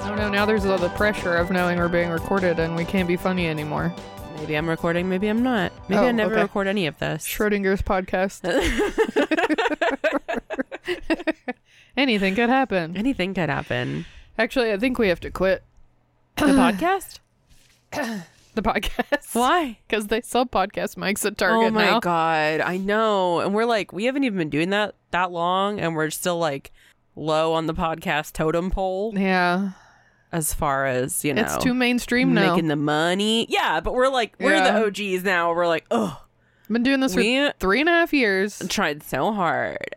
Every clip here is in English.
Oh no, now there's all the pressure of knowing we're being recorded and we can't be funny anymore. Maybe I'm recording, maybe I'm not. Maybe Oh, I never okay. record any of this. Schrodinger's podcast. Anything could happen. Anything could happen. Actually, I think we have to quit The podcast? the podcast. Why? Because they sell podcast mics at Target oh my now. god, I know. And we're like, we haven't even been doing that that long, and we're still like low on the podcast totem pole Yeah. as far as you know. It's too mainstream now. making the money. Yeah, but we're like, we're Yeah. the OGs now. We're like, oh, Been doing this We- for three and a half years. tried so hard,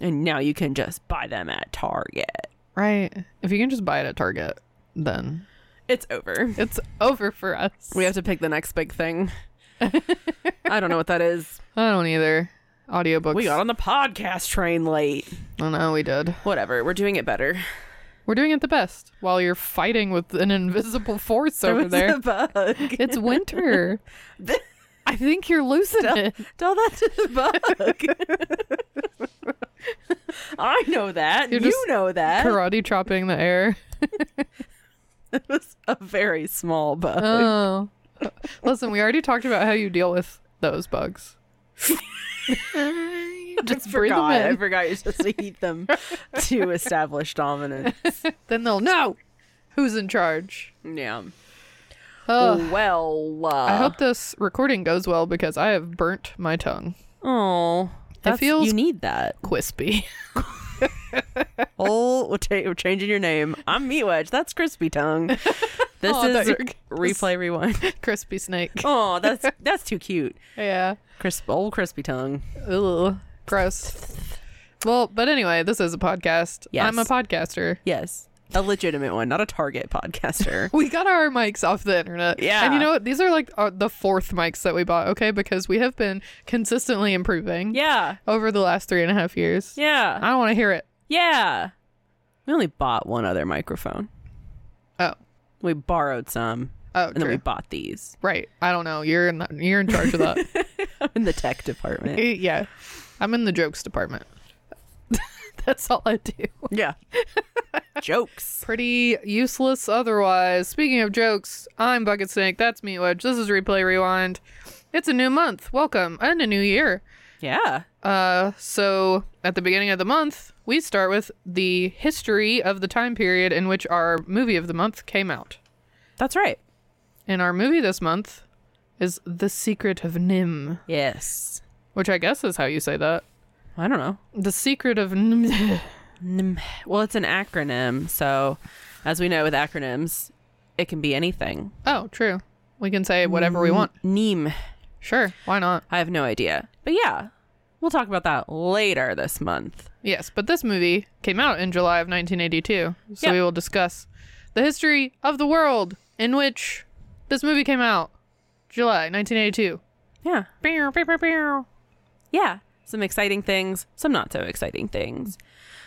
and now you can just buy them at Target. Right. If you can just buy it at Target, then It's over. it's over for us. We have to pick the next big thing. I don't know what that is. I don't either. Audiobooks. We got on the podcast train late. I know we did. Whatever, we're doing it better. We're doing it the best while you're fighting with an invisible force over there. bug. It's winter. I think you're losing it. Tell that to the bug. I know that. You're you just know that. Karate chopping the air. It was a very small bug. Oh. Listen, we already talked about how you deal with those bugs. just breathe them forgot. I in. forgot you're supposed to eat them to establish dominance. Then they'll know who's in charge. Yeah. Oh. well. Uh, I hope this recording goes well because I have burnt my tongue. Oh, that feels- You need that. Quispy. Oh, we're, ta- we're changing your name. I'm Meat Wedge. That's Crispy Tongue. This Oh, I thought is you were- replay rewind. Crispy snake. Oh, that's that's too cute. Yeah. Crisp, old Crispy Tongue. Ugh. Gross. Well, but anyway, this is a podcast. Yes. I'm a podcaster. Yes, a legitimate one, not a Target podcaster. We got our mics off the internet. Yeah. And you know what? These are like uh, the fourth mics that we bought, okay? Because we have been consistently improving yeah, over the last three and a half years. I yeah, don't want to hear it. yeah. We only bought one other microphone. Oh. We borrowed some, Oh, and then we true. bought these. Right. I don't know. You're in, you're in charge of that. in the tech department. Eh, yeah. I'm in the jokes department. That's all I do. Yeah. Jokes. Pretty useless otherwise. Speaking of jokes, I'm Bucket Snake. That's Meat Wedge. This is Replay Rewind. It's a new month. Welcome. And a new year. Yeah. Uh, so at the beginning of the month, we start with the history of the time period in which our movie of the month came out. That's right. And our movie this month is The Secret of Nim, Yes. which I guess is how you say that. I don't know. The Secret of Nim. Nim- Well, it's an acronym. So, as we know with acronyms, it can be anything. oh, true. We can say whatever Mm-hmm. we want. NEEM. Sure, why not? I have no idea. But yeah, we'll talk about that later this month. Yes, but this movie came out in July of 1982, so Yeah. we will discuss the history of the world in which this movie came out, July 1982. Yeah. Pew, pew, pew, pew. Yeah. Some exciting things, some not so exciting things.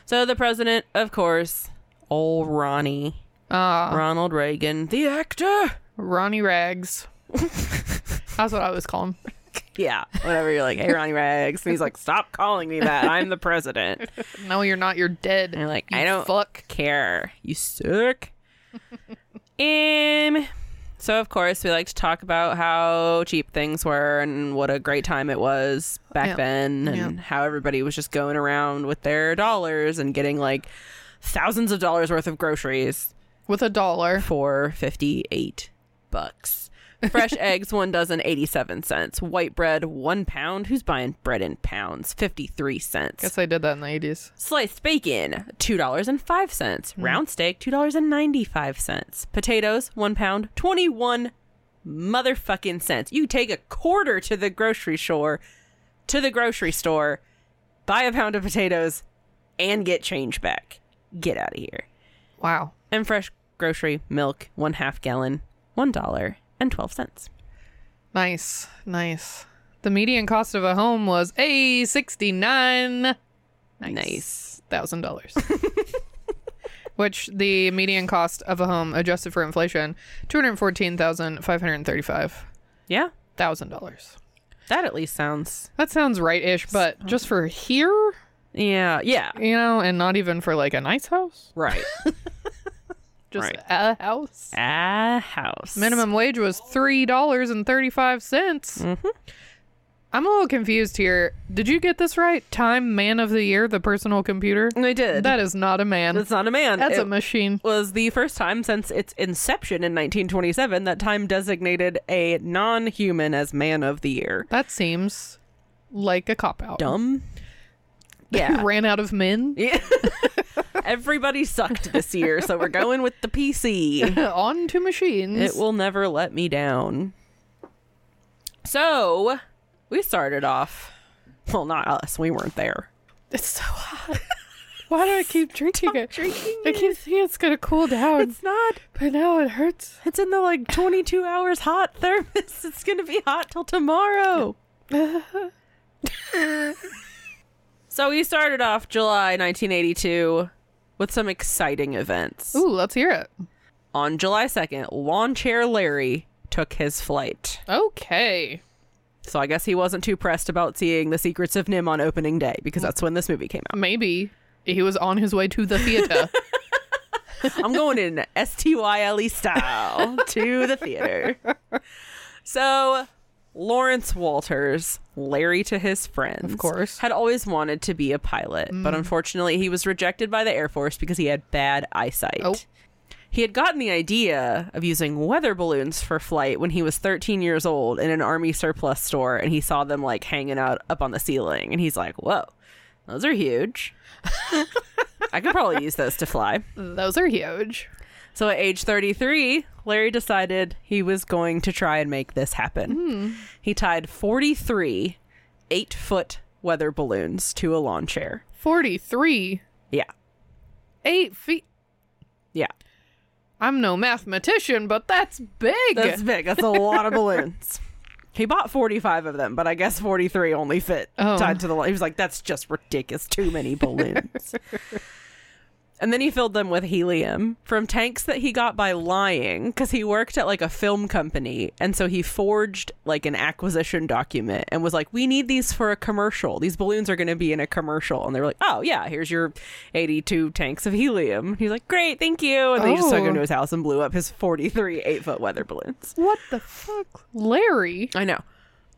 So, the president, of course, old Ronnie, Ah, Ronald Reagan, the actor. Ronnie Rags. That's what I always call him. Yeah, whatever. You're like, hey, Ronnie Rags. And he's like, stop calling me that. I'm the president. No, you're not. You're dead. And you're like, You I don't Fuck. care. You suck. um, so, of course, we like to talk about how cheap things were and what a great time it was back Yeah. then and how everybody was just going around with their dollars and getting like thousands of dollars worth of groceries With a dollar. for 58 bucks. Fresh eggs, one dozen, 87 cents. White bread, one pound. Who's buying bread in pounds? 53 cents. Guess I did that in the 80s. Sliced bacon, two dollars and five cents. Round steak, two dollars and ninety-five cents. Potatoes, one pound, twenty-one motherfucking cents. You take a quarter to the grocery store, to the grocery store, buy a pound of potatoes, and get change back. Get out of here. Wow. And fresh grocery milk, one half gallon, one dollar and twelve cents. Nice. Nice. The median cost of a home was a sixty-nine Nice. thousand dollars. Which the median cost of a home adjusted for inflation, two hundred fourteen thousand five hundred thirty-five Yeah, thousand dollars. that at least sounds. That sounds right-ish, but just for here, Yeah, yeah, you know, and not even for like a nice house, right. just Right. a house. A house Minimum wage was three dollars and thirty-five cents. Mm-hmm. I'm a little confused here. Did you get this right? Time Man of the Year, the personal computer. I did. That is not a man. That's not a man. That's it a machine. was the first time since its inception in 1927 that Time designated a non-human as Man of the Year. That seems like a cop out. Dumb. Ran out of men Yeah. Everybody sucked this year, so we're going with the PC. on to machines. It will never let me down. So, we started off. Well, not us. We weren't there. It's so hot. Why do I keep drinking it? I keep thinking it's gonna cool down, not. but now it hurts. It's in the like 22 hours hot thermos. It's going to be hot till tomorrow. so we started off July 1982 with some exciting events. Ooh, let's hear it. On July 2nd, Lawn Chair Larry took his flight. Okay. So I guess he wasn't too pressed about seeing The Secrets of Nim on opening day because that's when this movie came out. Maybe he was on his way to the theater. I'm going in S T Y L E style to the theater. So, Lawrence Walters, Larry to his friends, of course. Mm. had always wanted to be a pilot, but unfortunately, he was rejected by the Air Force because he had bad eyesight. Oh. He had gotten the idea of using weather balloons for flight when he was 13 years old in an army surplus store, and he saw them like hanging out up on the ceiling, and he's like, "Whoa, those are huge! I could probably use those to fly." Those are huge. So at age 33, Larry decided he was going to try and make this Hmm. happen. He tied 43 eight foot weather balloons to a lawn chair. 43 Yeah. eight feet Yeah. i'm no mathematician but that's big That's big. That's a lot of balloons. He bought 45 of them, but I guess 43 only fit Oh. tied to the line. He was like, that's just ridiculous. Too many balloons. and then he filled them with helium from tanks that he got by lying because he worked at like a film company. And so he forged like an acquisition document and was like, we need these for a commercial. These balloons are going to be in a commercial. And they were like, oh, yeah, here's your 82 tanks of helium. And He's like, great, thank you. And they just took Oh. him to his house and blew up his 43 eight foot weather balloons. what the fuck larry I know.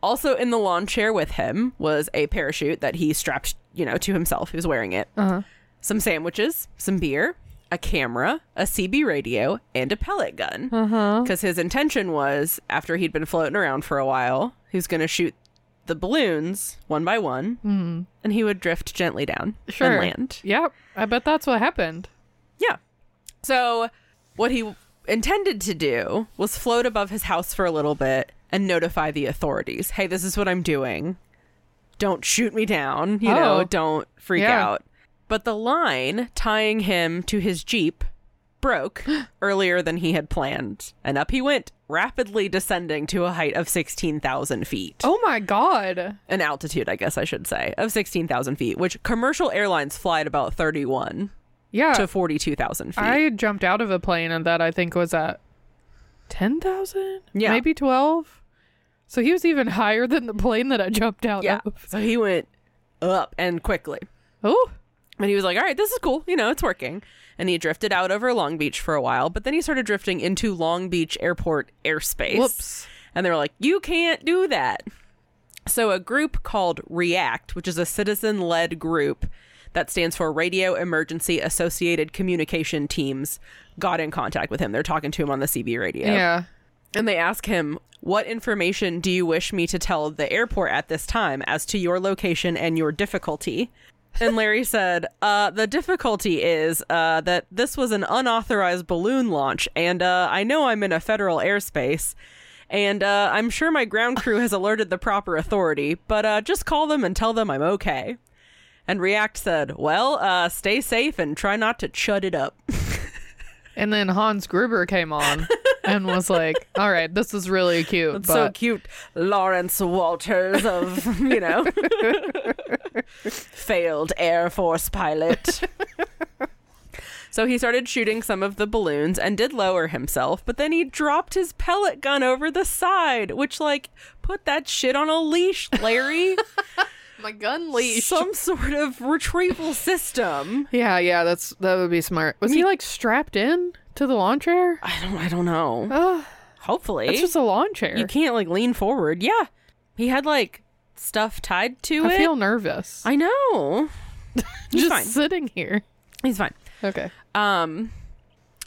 Also in the lawn chair with him was a parachute that he strapped, you know, to himself. He was wearing it. Uh-huh. Some sandwiches, some beer, a camera, a CB radio, and a pellet gun. Because his intention was, after he'd been floating around for a while, he was going to shoot the balloons one by one, and he would drift gently down sure and land. yep i bet that's what happened Yeah. So what he intended to do was float above his house for a little bit and notify the authorities. Hey, this is what I'm doing. Don't shoot me down. You Oh. know, don't freak Yeah. out. But the line tying him to his Jeep broke earlier than he had planned. And up he went, rapidly descending to a height of 16,000 feet oh my god an altitude, I guess I should say, of 16,000 feet, which commercial airlines fly at about 31 yeah to 42,000 feet. i jumped out of a plane and that i think was at 10000 Yeah. maybe 12 so he was even higher than the plane that i jumped out Yeah. of So he went up and quickly. oh And he was like, all right, this is cool. You know, it's working. And he drifted out over Long Beach for a while, but then he started drifting into Long Beach Airport airspace. whoops And they were like, you can't do that. So a group called REACT, which is a citizen led group that stands for Radio Emergency Associated Communication Teams, got in contact with him. They're talking to him on the CB radio. yeah And they ask him, What information do you wish me to tell the airport at this time as to your location and your difficulty? And Larry said, uh, The difficulty is uh, that this was an unauthorized balloon launch, and uh, I know I'm in a federal airspace, and uh, I'm sure my ground crew has alerted the proper authority, but uh, just call them and tell them I'm okay. And React said, Well, uh, stay safe and try not to chut it up. And then Hans Gruber came on and was like, "All right, this is really cute." It's so but cute. Lawrence Walters of, you know, failed Air Force pilot. so he started shooting some of the balloons and did lower himself, but then he dropped his pellet gun over the side, which, like, put that shit on a leash, Larry. my gun leash. some sort of retrieval system. yeah, yeah, that's that would be smart. Was he like strapped in to the lawn chair? I don't, I don't know. Oh, Hopefully. it's just a lawn chair. you can't, like, lean forward. Yeah. He had, like, stuff tied to I it. feel nervous. I know. He's just fine. sitting here. He's fine. Okay. Um,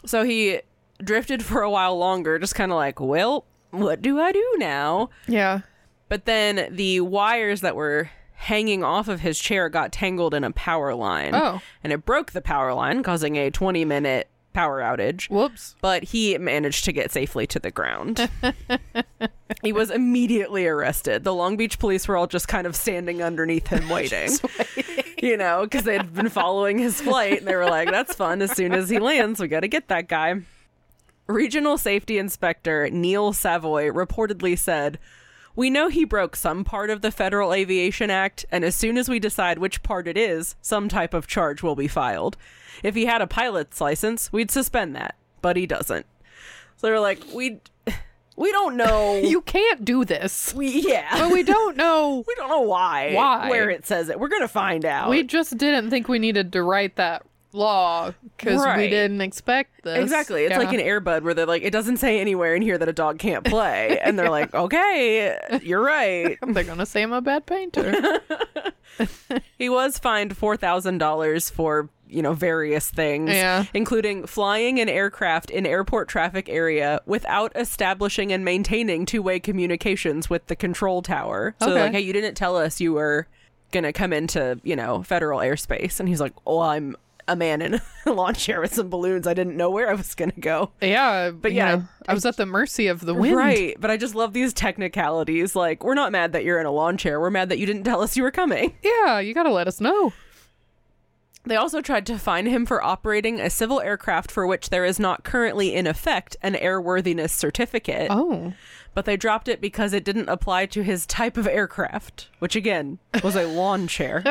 so he drifted for a while longer, just kind of like, well, what do I do now? Yeah. But then the wires that were hanging off of his chair got tangled in a power line. Oh. And it broke the power line, causing a 20 minute power outage. Whoops. But he managed to get safely to the ground. he was immediately arrested. The Long Beach police were all just kind of standing underneath him waiting. You know, because they had been following his flight and they were like, that's fun. As soon as he lands, we got to get that guy. Regional Safety Inspector Neil Savoy reportedly said, We know he broke some part of the Federal Aviation Act, and as soon as we decide which part it is, some type of charge will be filed. If he had a pilot's license, we'd suspend that, but he doesn't. So they're like, We, we don't know. You can't do this. we, yeah. But we don't know. We don't know why, Why? where it says it. We're going to find out. we just didn't think we needed to write that law because we Right. didn't expect this. Exactly. It's like an Airbud where they're like, it doesn't say anywhere in here that a dog can't play. And they're like, okay, you're right. an. They're gonna say I'm a bad painter. He was fined four thousand dollars for you know various things, Yeah. including flying an aircraft in airport traffic area without establishing and maintaining two-way communications with the control tower. So Okay. like, hey, you didn't tell us you were gonna come into you know federal airspace, and he's like, oh, I'm a man in a lawn chair with some balloons. I didn't know where I was gonna go. yeah, but yeah, I was at the mercy of the wind. Right, but I just love these technicalities. Like, we're not mad that you're in a lawn chair. We're mad that you didn't tell us you were coming. Yeah, you gotta let us know. They also tried to fine him for operating a civil aircraft for which there is not currently in effect an airworthiness certificate, Oh, but they dropped it because it didn't apply to his type of aircraft, which again was a lawn chair.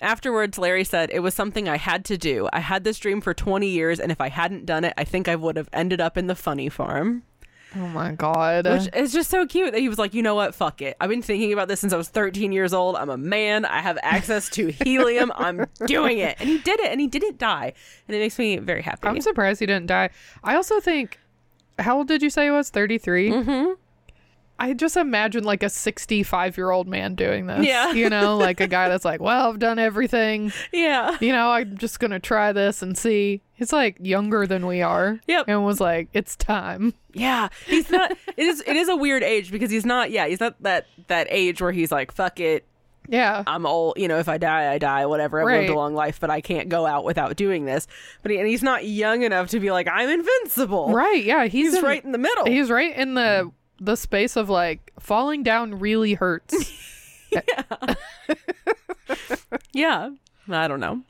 Afterwards, Larry said, It was something I had to do. I had this dream for 20 years, and if I hadn't done it, I think I would have ended up in the funny farm. oh my god. Which is just so cute that he was like, you know what? Fuck it. I've been thinking about this since I was 13 years old. I'm a man. I have access to helium. I'm doing it. And he did it and he didn't die. And it makes me very happy. I'm surprised he didn't die. I also think, how old did you say he was? 33? Mm-hmm. I just imagine like a 65 year old man doing this. Yeah. You know, like a guy that's like, well, I've done everything. yeah. You know, I'm just going to try this and see. He's like younger than we are. Yep. And was like, it's time. Yeah. He's not it is it is a weird age because he's not yeah, he's not that that age where he's like, fuck it, Yeah. I'm old, you know, if I die, I die, whatever. I've lived Right. a long life, but I can't go out without doing this. But he, and he's not young enough to be like, I'm invincible. right. Yeah. He's, He's in- right in the middle. He's right in the the space of like falling down really hurts. yeah. I don't know.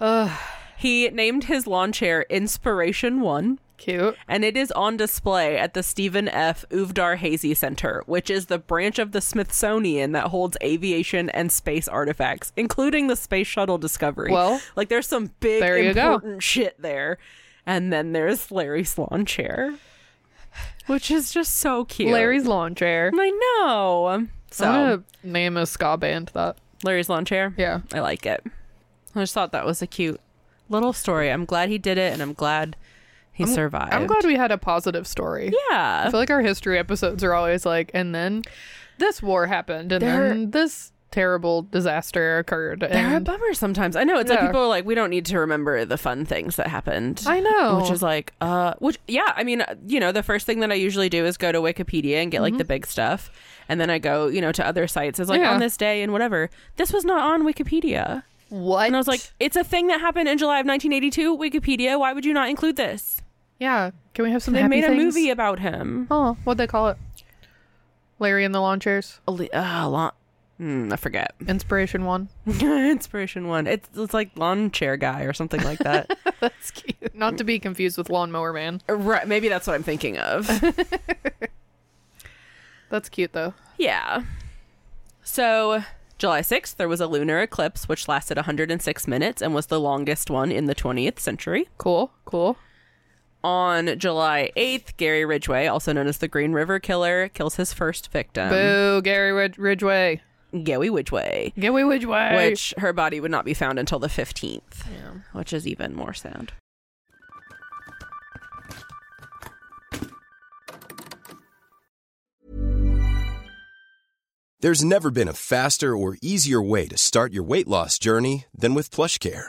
Ugh. He named his lawn chair Inspiration One, Cute. and it is on display at the Stephen F. Uvdar Hazy Center, which is the branch of the Smithsonian that holds aviation and space artifacts, including the space shuttle Discovery. Well, like there's some big there you go. important shit there, and then there's Larry's lawn chair, which is just so cute. Larry's lawn chair. I know. So I'm going to name a ska band that. Larry's lawn chair. Yeah. I like it. I just thought that was a cute little story. I'm glad he did it, and I'm glad he survived. I'm glad we had a positive story. I Yeah. feel like our history episodes are always like, and then this war happened, and They're- then this terrible disaster occurred. They're a And bummer sometimes. I know. It's Yeah. like people are like, we don't need to remember the fun things that happened. I know. Which is like, uh, which, yeah, I mean, uh, you know, the first thing that I usually do is go to Wikipedia and get like the big stuff. And then I go, you know, to other sites. It's like Mm-hmm. Yeah. on this day and whatever. This was not on Wikipedia. what? And I was like, it's a thing that happened in July of 1982. Wikipedia, why would you not include this? yeah, can we have some? They happy made things? a movie about him. Oh, what'd they call it? Larry and the Lawn Chairs, A li- uh, lawn- Hmm, I forget. Inspiration One. Inspiration one. It's, it's like lawn chair guy or something like that. That's cute. Not to be confused with Lawnmower Man. right. Maybe that's what I'm thinking of. That's cute though. Yeah. So, July 6th, there was a lunar eclipse which lasted 106 minutes and was the longest one in the 20th century. Cool, cool. On July 8th, Gary Ridgway, also known as the Green River Killer, kills his first victim, Boo, Gary Rid- Ridgway. Gary Ridgway, Get away, Ridgway. which her body would not be found until the 15th, which is even more sad. There's never been a faster or easier way to start your weight loss journey than with PlushCare.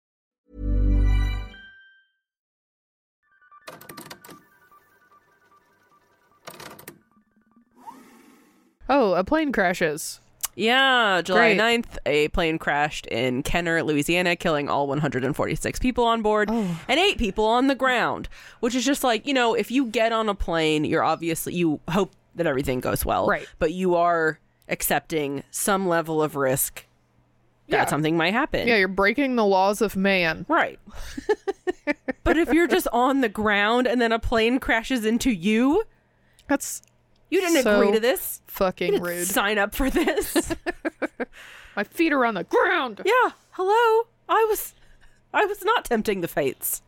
oh, a plane crashes. Yeah, July Great. 9th, a plane crashed in Kenner, Louisiana, killing all 146 people on board Oh. and eight people on the ground, which is just like, you know, if you get on a plane, you're obviously, you hope that everything goes well. Right. But you are accepting some level of risk that Yeah. something might happen. Yeah, you're breaking the laws of man. Right. but if you're just on the ground and then a plane crashes into you, That's you didn't So agree to this. You fucking didn't rude. sign up for this. My feet are on the ground. Yeah, hello. I was I was not tempting the fates.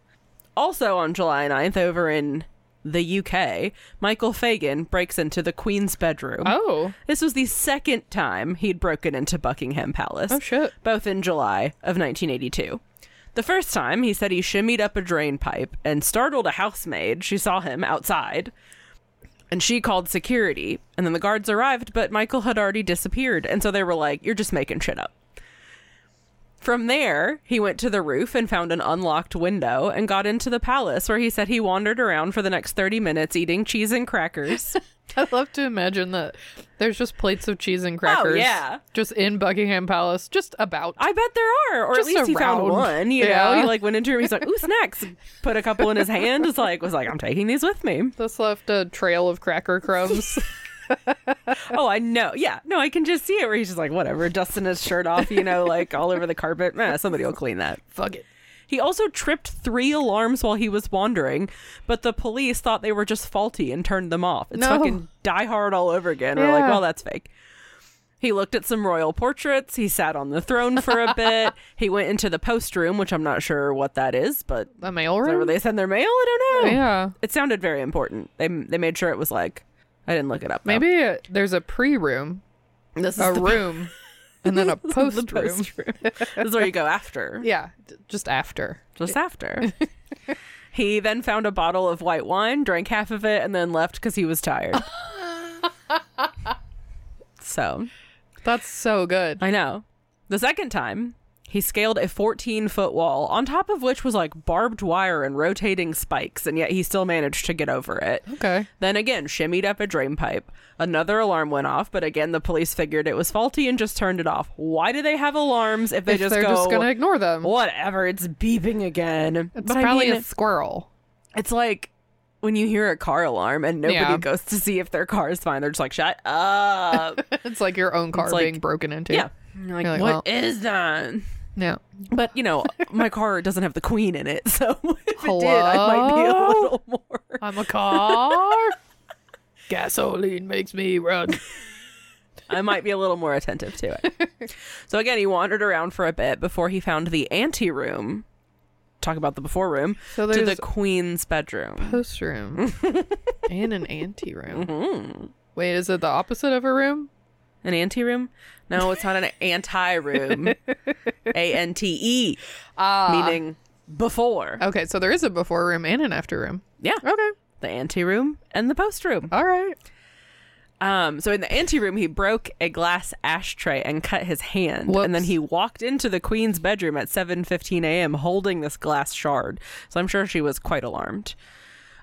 Also on July 9th over in the UK, Michael Fagan breaks into the Queen's bedroom. Oh, This was the second time he'd broken into Buckingham Palace. Oh, shit. Both in July of 1982. The first time, he said he shimmied up a drain pipe and startled a housemaid. She saw him outside and she called security. And then the guards arrived, but Michael had already disappeared. And so they were like, You're just making shit up. From there, he went to the roof and found an unlocked window and got into the palace where he said he wandered around for the next 30 minutes eating cheese and crackers. I love to imagine that there's just plates of cheese and crackers. Oh, yeah. Just in Buckingham Palace, just about. I bet there are, or Just at least he found around. one. You know, Yeah. he like went into a room. He's like, "Ooh, snacks!" Put a couple in his hand. It's like was like, "I'm taking these with me." This left a trail of cracker crumbs. Oh, I know. Yeah, no, I can just see it. Where he's just like, "Whatever," dusting his shirt off. You know, like all over the carpet. Man, somebody will clean that. Fuck it. He also tripped three alarms while he was wandering, but the police thought they were just faulty and turned them off. It's No. fucking Die Hard all over again. We're like, Yeah. well, that's fake. He looked at some royal portraits. He sat on the throne for a bit. he went into the post room, which I'm not sure what that is, but A mail is that where room? they send their mail? I don't know. Yeah. It sounded very important. They they made sure it was like I didn't look it up. though. Maybe uh there's a pre room, this is a the- room, and then a this is post, the room. post room. this is where you go after. Yeah, d- just after. just after. he then found a bottle of white wine, drank half of it, and then left because he was tired. so That's so good. I know. The second time, He scaled a 14 foot wall, on top of which was like barbed wire and rotating spikes, and yet he still managed to get over it. Okay. Then again, shimmied up a drain pipe. Another alarm went off, but again, the police figured it was faulty and just turned it off. Why do they have alarms if they if just they're go, just gonna ignore them. whatever, it's beeping again? It's But I probably mean, a squirrel. it's like when you hear a car alarm and nobody Yeah. goes to see if their car is fine, they're just like, shut up. It's like your own car It's like- being broken into. yeah. And You're like, You're what like, is well- that? Yeah. But, you know, my car doesn't have the queen in it. So if it did, I might be a Hello? little more. I'm a car. Gasoline makes me run. I might be a little more attentive to it. So again, he wandered around for a bit before he found the ante room. Talk about the before room So to the there's- queen's bedroom. Post room and an ante room. Wait, is it the opposite of a room? An ante room? No, it's not an anti room. A N T E, Ah. meaning before. Okay, so there is a before room and an after room. Yeah, Oh. Okay. the ante room and the post room. All right. Um, so in the ante room, he broke a glass ashtray and cut his hand, and then Whoops. he walked into the queen's bedroom at 7:15 a.m. holding this glass shard. So I'm sure she was quite alarmed.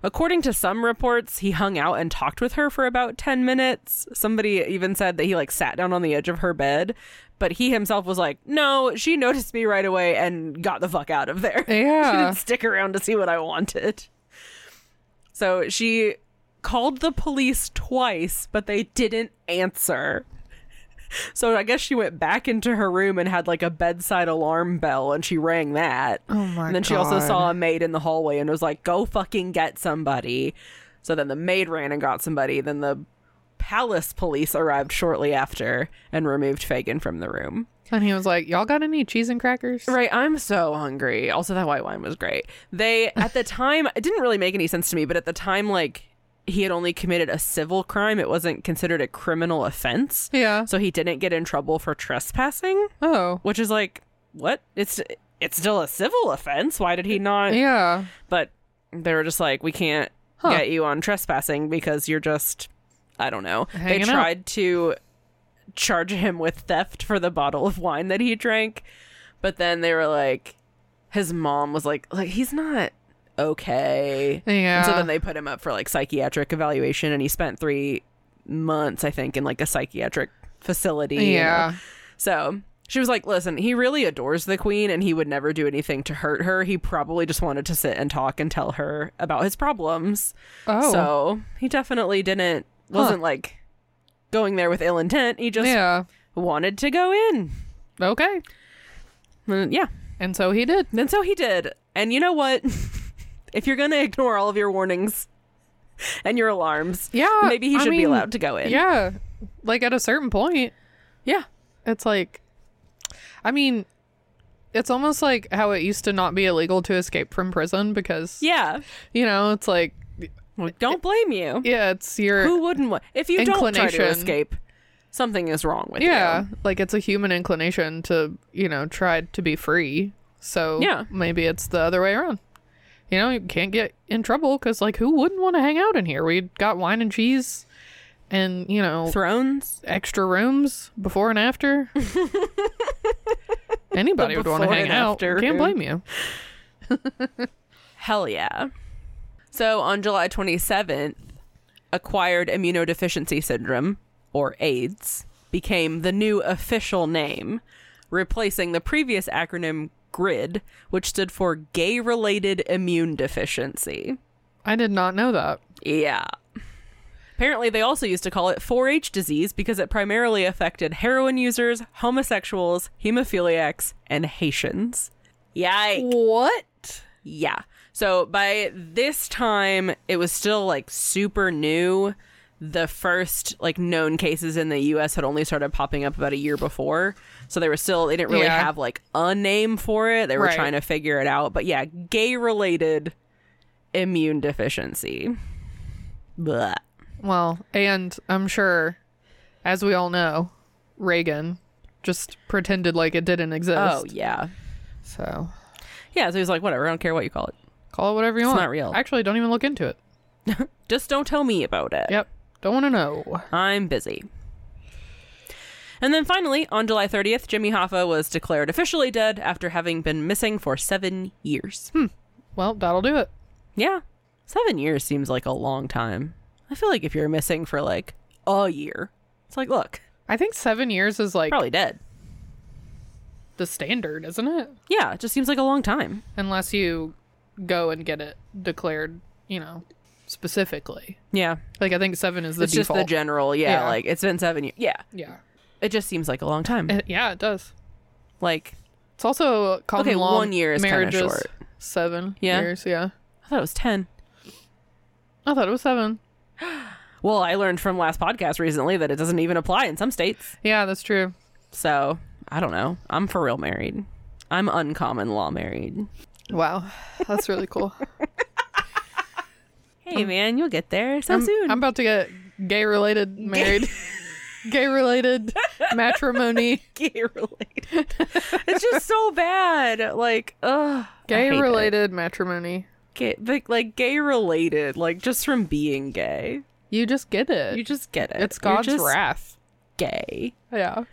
According to some reports, he hung out and talked with her for about 10 minutes. Somebody even said that he like sat down on the edge of her bed, but he himself was like, "No, she noticed me right away and got the fuck out of there." she Yeah. didn't stick around to see what I wanted. So she called the police twice, but they didn't answer. So I guess she went back into her room and had like a bedside alarm bell and she rang that. Oh my And then she also God. saw a maid in the hallway and was like, "Go fucking get somebody." So then the maid ran and got somebody. Then the palace police arrived shortly after and removed Fagin from the room. And he was like, "Y'all got any cheese and crackers?" Right, I'm so hungry. Also, that white wine was great. They at the time it didn't really make any sense to me, but at the time, like he had only committed a civil crime; it wasn't considered a criminal offense, Yeah. so he didn't get in trouble for trespassing, Oh. which is like what? It's it's still a civil offense. Why did he not? Yeah. But they were just like, we can't Huh. get you on trespassing because you're just, I don't know. Hanging out. they tried to charge him with theft for the bottle of wine that he drank, but then they were like, his mom was like, like he's not okay. And so Yeah. then they put him up for like psychiatric evaluation, and he spent three months, I think, in like a psychiatric facility. you know? Yeah. So she was like, listen, he really adores the queen and he would never do anything to hurt her. He probably just wanted to sit and talk and tell her about his problems. Oh. So he definitely didn't, wasn't like going there with ill intent. He just yeah. wanted to go in. Okay. And yeah. And so he did. And so he did. And you know what? if you're going to ignore all of your warnings and your alarms, Yeah. maybe he I should be mean, allowed to go in. Yeah. Like at a certain point, Yeah. it's like I mean, it's almost like how it used to not be illegal to escape from prison because Yeah. you know, it's like Don't blame you. yeah, it's your Who wouldn't want? If you don't try to Inclination. escape, something is wrong with yeah, you. like it's a human inclination to, you know, try to be free. So Yeah. maybe it's the other way around. You know, you can't get in trouble because, like, who wouldn't want to hang out in here? We got wine and cheese and, you Oh. know, Thrones. extra rooms before and after. Anybody would want to before hang and out. after Can't room. blame you. Hell yeah. So on July 27th, acquired immunodeficiency syndrome, or AIDS, became the new official name, replacing the previous acronym GRID, which stood for Gay Related Immune Deficiency. I did not know that. Yeah. Apparently, they also used to call it 4 H disease because it primarily affected heroin users, homosexuals, hemophiliacs, and Haitians. Yikes. What? Yeah. So by this time, it was still like super new. The first like known cases in the U.S. had only started popping up about a year before, so they were still they didn't really Yeah. have like a name for it. They were Right. trying to figure it out, but yeah, gay related immune deficiency. Blah. Well, and I'm sure, as we all know, Reagan just pretended like it didn't exist. Oh yeah, So yeah. So he was like, whatever, I don't care what you call it. Call it whatever you want. not real. Actually, don't even look into it. Just don't tell me about it. Yep. Don't want to know. I'm busy. And then finally, on July 30th, Jimmy Hoffa was declared officially dead after having been missing for seven years. Hmm. Well, that'll do it. Yeah. Seven years seems like a long time. I feel like if you're missing for like a year, it's like, look, I think seven years is like probably dead. the standard, isn't it? Yeah, it just seems like a long time. Unless you go and get it declared, you know, specifically. Yeah. Like I think seven is the it's default. just the general. Yeah, Yeah. Like it's been seven years. Yeah. yeah, It just seems like a long time. It- yeah, it does. like, It's also common Okay, law one year is kinda marriages. short. Seven Yeah. years. Yeah, I thought it was 10. I thought it was seven. Well, I learned from last podcast recently that it doesn't even apply in some states. Yeah, that's true. So I don't know. I'm for real married. I'm uncommon law married. Wow, that's really cool. Hey, man, you'll get there so I'm, soon. I'm about to get gay related married. gay related matrimony. gay related. it's just so bad. Like, ugh. I Gay hate it. related matrimony. Gay, like, like gay related. Like just from being gay. You just get it. You just get it. it's You're God's just wrath. Gay. Yeah.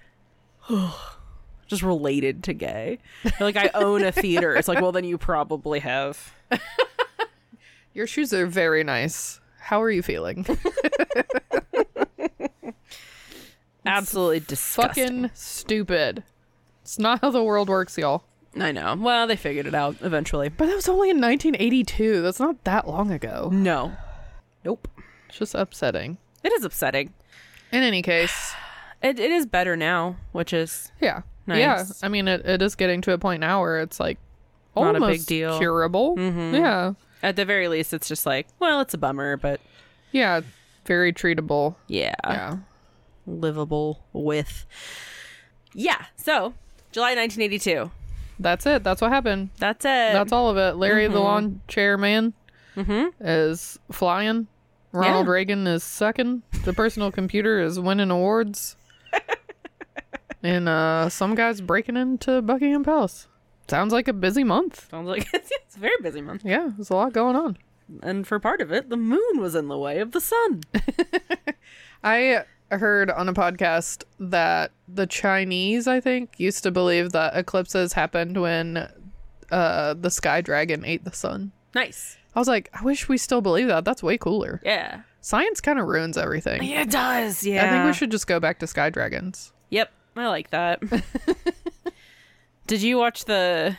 Just related to gay. Like I own a theater. It's like, well, then you probably have. Your shoes are very nice. How are you feeling? Absolutely disgusting. Fucking stupid. It's not how the world works, y'all. I know. Well, they figured it out eventually. But that was only in 1982. That's not that long ago. No. Nope. It's just upsetting. It is upsetting. In any case, It, it is better now, which is yeah. Nice. Yeah. I mean, it, it is getting to a point now where it's like Not a almost big deal. Mm-hmm. curable. Yeah. at the very least, it's just like, well, it's a bummer, but Yeah. Very treatable. yeah, Yeah. livable with. Yeah. So, July 1982. That's it. That's what happened. That's it. That's all of it. Larry Mm-hmm. the lawn chair man is flying. Ronald Yeah. Reagan is sucking. The personal computer is winning awards. and uh, some guy's breaking into Buckingham Palace. Sounds like a busy month. Sounds like it's, it's a very busy month. Yeah, there's a lot going on. And for part of it, the moon was in the way of the sun. I heard on a podcast that the Chinese, I think, used to believe that eclipses happened when uh, the sky dragon ate the sun. nice. I was like, I wish we still believe that. That's way cooler. Yeah. Science kind of ruins everything. It does. Yeah. I think we should just go back to Sky Dragons. Yep. I like that. Did you watch the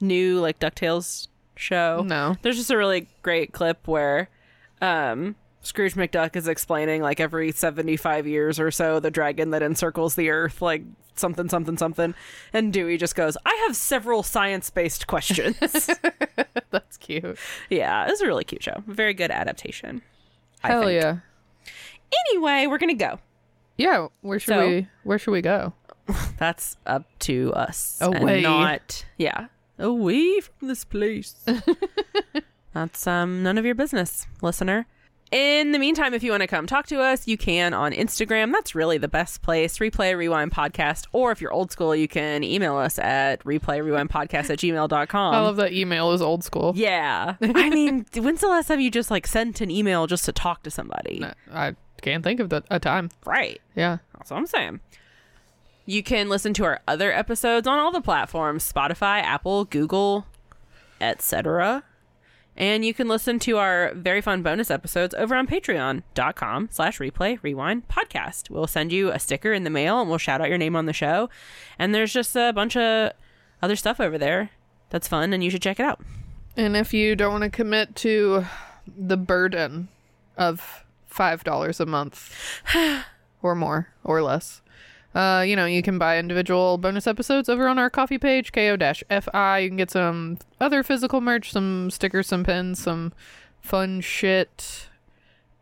new like DuckTales show? No. There's just a really great clip where um Scrooge McDuck is explaining like every 75 years or so the dragon that encircles the earth like something something something and Dewey just goes, "I have several science-based questions." That's cute. yeah, it's a really cute show. Very good adaptation. I Hell think. yeah. Anyway, we're going to go. Yeah. Where should So- we where should we go? That's up to us. Away. And not yeah. Away from this place. That's um none of your business, listener. In the meantime, if you want to come talk to us, you can on Instagram. That's really the best place. Replay Rewind Podcast. Or if you're old school, you can email us at replayrewindpodcast at gmail.com. I love that email is old school. yeah. I mean, when's the last time you just like sent an email just to talk to somebody? No, I can't think of the, a time. Right. Yeah. That's what I'm saying. You can listen to our other episodes on all the platforms Spotify, Apple, Google, etc. And you can listen to our very fun bonus episodes over on patreon.com slash replay rewind podcast. We'll send you a sticker in the mail and we'll shout out your name on the show. And there's just a bunch of other stuff over there that's fun and you should check it out. And if you don't want to commit to the burden of five dollars a month or more or less. Uh, you know, you can buy individual bonus episodes over on our coffee page, ko-fi. You can get some other physical merch, some stickers, some pins, some fun shit.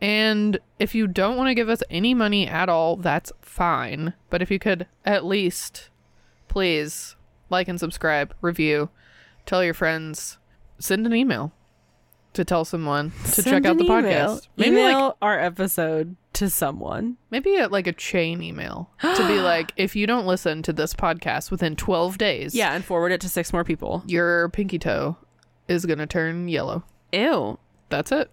And if you don't want to give us any money at all, that's fine. But if you could at least please like and subscribe, review, tell your friends, send an email to tell someone to check out the podcast. Maybe like our episode to someone. Maybe a, like a chain email to be like, if you don't listen to this podcast within 12 days, Yeah, and forward it to six more people. your pinky toe is going to turn yellow. Ew. That's it.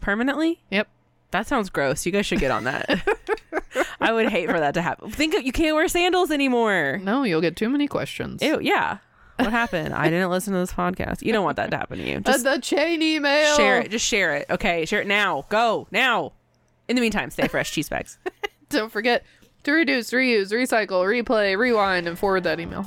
Permanently? Yep. That sounds gross. You guys should get on that. I would hate for that to happen. Think of, you can't wear sandals anymore. No, you'll get too many questions. Uh, Ew, yeah. What happened? I didn't listen to this podcast. You don't want that to happen to you. Uh, Just the chain email. share it. Just share it. Okay, share it now. Go now. In the meantime, stay fresh, cheese bags. Don't forget to reduce, reuse, recycle, replay, rewind, and forward that email.